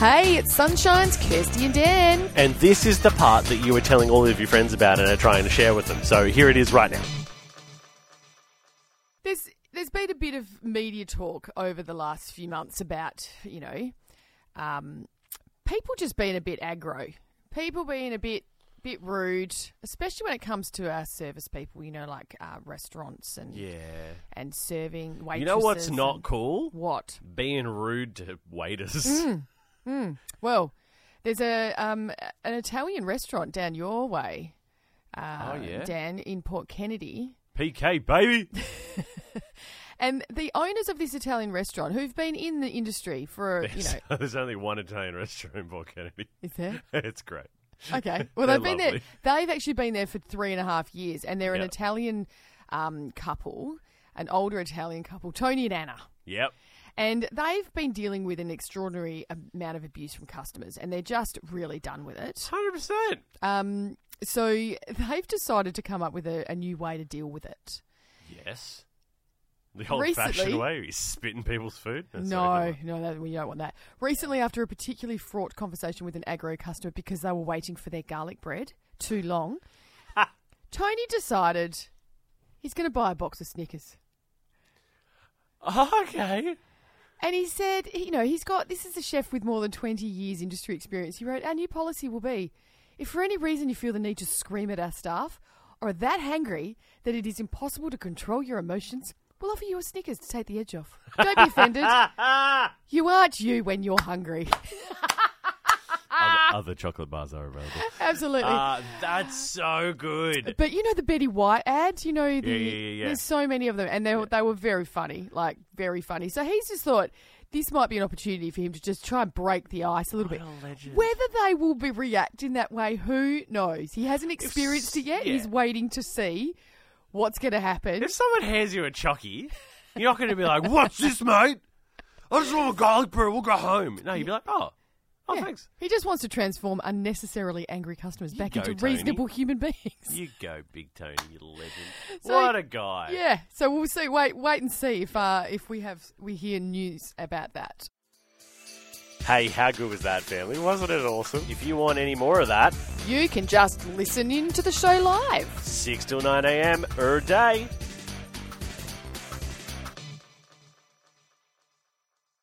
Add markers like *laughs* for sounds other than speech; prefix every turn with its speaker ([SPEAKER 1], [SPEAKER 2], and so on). [SPEAKER 1] Hey, it's Sunshine's Kirsty and Dan.
[SPEAKER 2] And this is the part that you were telling all of your friends about and are trying to share with them. So here it is right now.
[SPEAKER 1] There's there's been a bit of media talk over the last few months about you know, um, people just being a bit aggro, people being a bit bit rude, especially when it comes to our service people. You know, like uh, restaurants and
[SPEAKER 2] Yeah.
[SPEAKER 1] and serving waitresses.
[SPEAKER 2] You know what's not
[SPEAKER 1] and-
[SPEAKER 2] cool?
[SPEAKER 1] What?
[SPEAKER 2] Being rude to waiters.
[SPEAKER 1] Mm. Well, there's a um, an Italian restaurant down your way. Uh,
[SPEAKER 2] Oh, yeah?
[SPEAKER 1] Dan in Port Kennedy.
[SPEAKER 2] PK, baby.
[SPEAKER 1] And the owners of this Italian restaurant, who've been in the industry for
[SPEAKER 2] *laughs*
[SPEAKER 1] you know,
[SPEAKER 2] There's only one Italian restaurant in Port Kennedy. *laughs*
[SPEAKER 1] is there?
[SPEAKER 2] It's great.
[SPEAKER 1] Okay, well
[SPEAKER 2] They're
[SPEAKER 1] they've been
[SPEAKER 2] lovely.
[SPEAKER 1] there. They've actually been there for three and a half years, and they're an
[SPEAKER 2] Yeah.
[SPEAKER 1] Italian um, couple, an older Italian couple, Tony and Anna.
[SPEAKER 2] Yep.
[SPEAKER 1] And they've been dealing with an extraordinary amount of abuse from customers, and they're just really done with it.
[SPEAKER 2] 100%.
[SPEAKER 1] Um, so they've decided to come up with a, a new way to deal with it.
[SPEAKER 2] Yes. The old
[SPEAKER 1] Recently-
[SPEAKER 2] fashioned way where you spit in people's food. That's not
[SPEAKER 1] no,
[SPEAKER 2] even-
[SPEAKER 1] no, that, we don't want that. Recently, after a particularly fraught conversation with an aggro customer because they were waiting for their garlic bread too long, Tony decided he's going to buy a box of Snickers.
[SPEAKER 2] *laughs* okay.
[SPEAKER 1] And he said, you know, he's got this is a chef with more than 20 years industry experience. He wrote, Our new policy will be if for any reason you feel the need to scream at our staff or are that hangry that it is impossible to control your emotions, we'll offer you a Snickers to take the edge off. Don't be offended. you aren't you when you're hungry. Ah.
[SPEAKER 2] Other, other chocolate bars
[SPEAKER 1] *laughs*
[SPEAKER 2] are available.
[SPEAKER 1] Absolutely.
[SPEAKER 2] Ah, that's so good.
[SPEAKER 1] but you know the Betty White ads, you know the
[SPEAKER 2] Yeah, yeah, yeah, yeah.
[SPEAKER 1] there's so many of them, and they were they were very funny, like very funny. So he's just thought this might be an opportunity for him to just try and break the ice a little
[SPEAKER 2] Oh,
[SPEAKER 1] bit. Whether they will be react in that way, who knows? He hasn't experienced it yet.
[SPEAKER 2] yeah.
[SPEAKER 1] He's waiting to see what's going to happen.
[SPEAKER 2] If someone hands you a chucky, you're not going to be like, "What's this, mate? I just want a garlic bread. We'll go home." No, you'd be like, "Oh, oh,
[SPEAKER 1] Yeah.
[SPEAKER 2] thanks.
[SPEAKER 1] He just wants to transform unnecessarily angry customers back
[SPEAKER 2] go,
[SPEAKER 1] into
[SPEAKER 2] Tony.
[SPEAKER 1] reasonable human *laughs* beings.
[SPEAKER 2] You go, Big Tony. You legend.
[SPEAKER 1] So-
[SPEAKER 2] what a guy.
[SPEAKER 1] Yeah, so we'll see. Wait, wait and see if uh, if we have we hear news about that.
[SPEAKER 2] Hey, how good was that, family? Wasn't it awesome? If you want any more of that,
[SPEAKER 1] You can just listen in to the show live.
[SPEAKER 2] six till nine a.m. er day.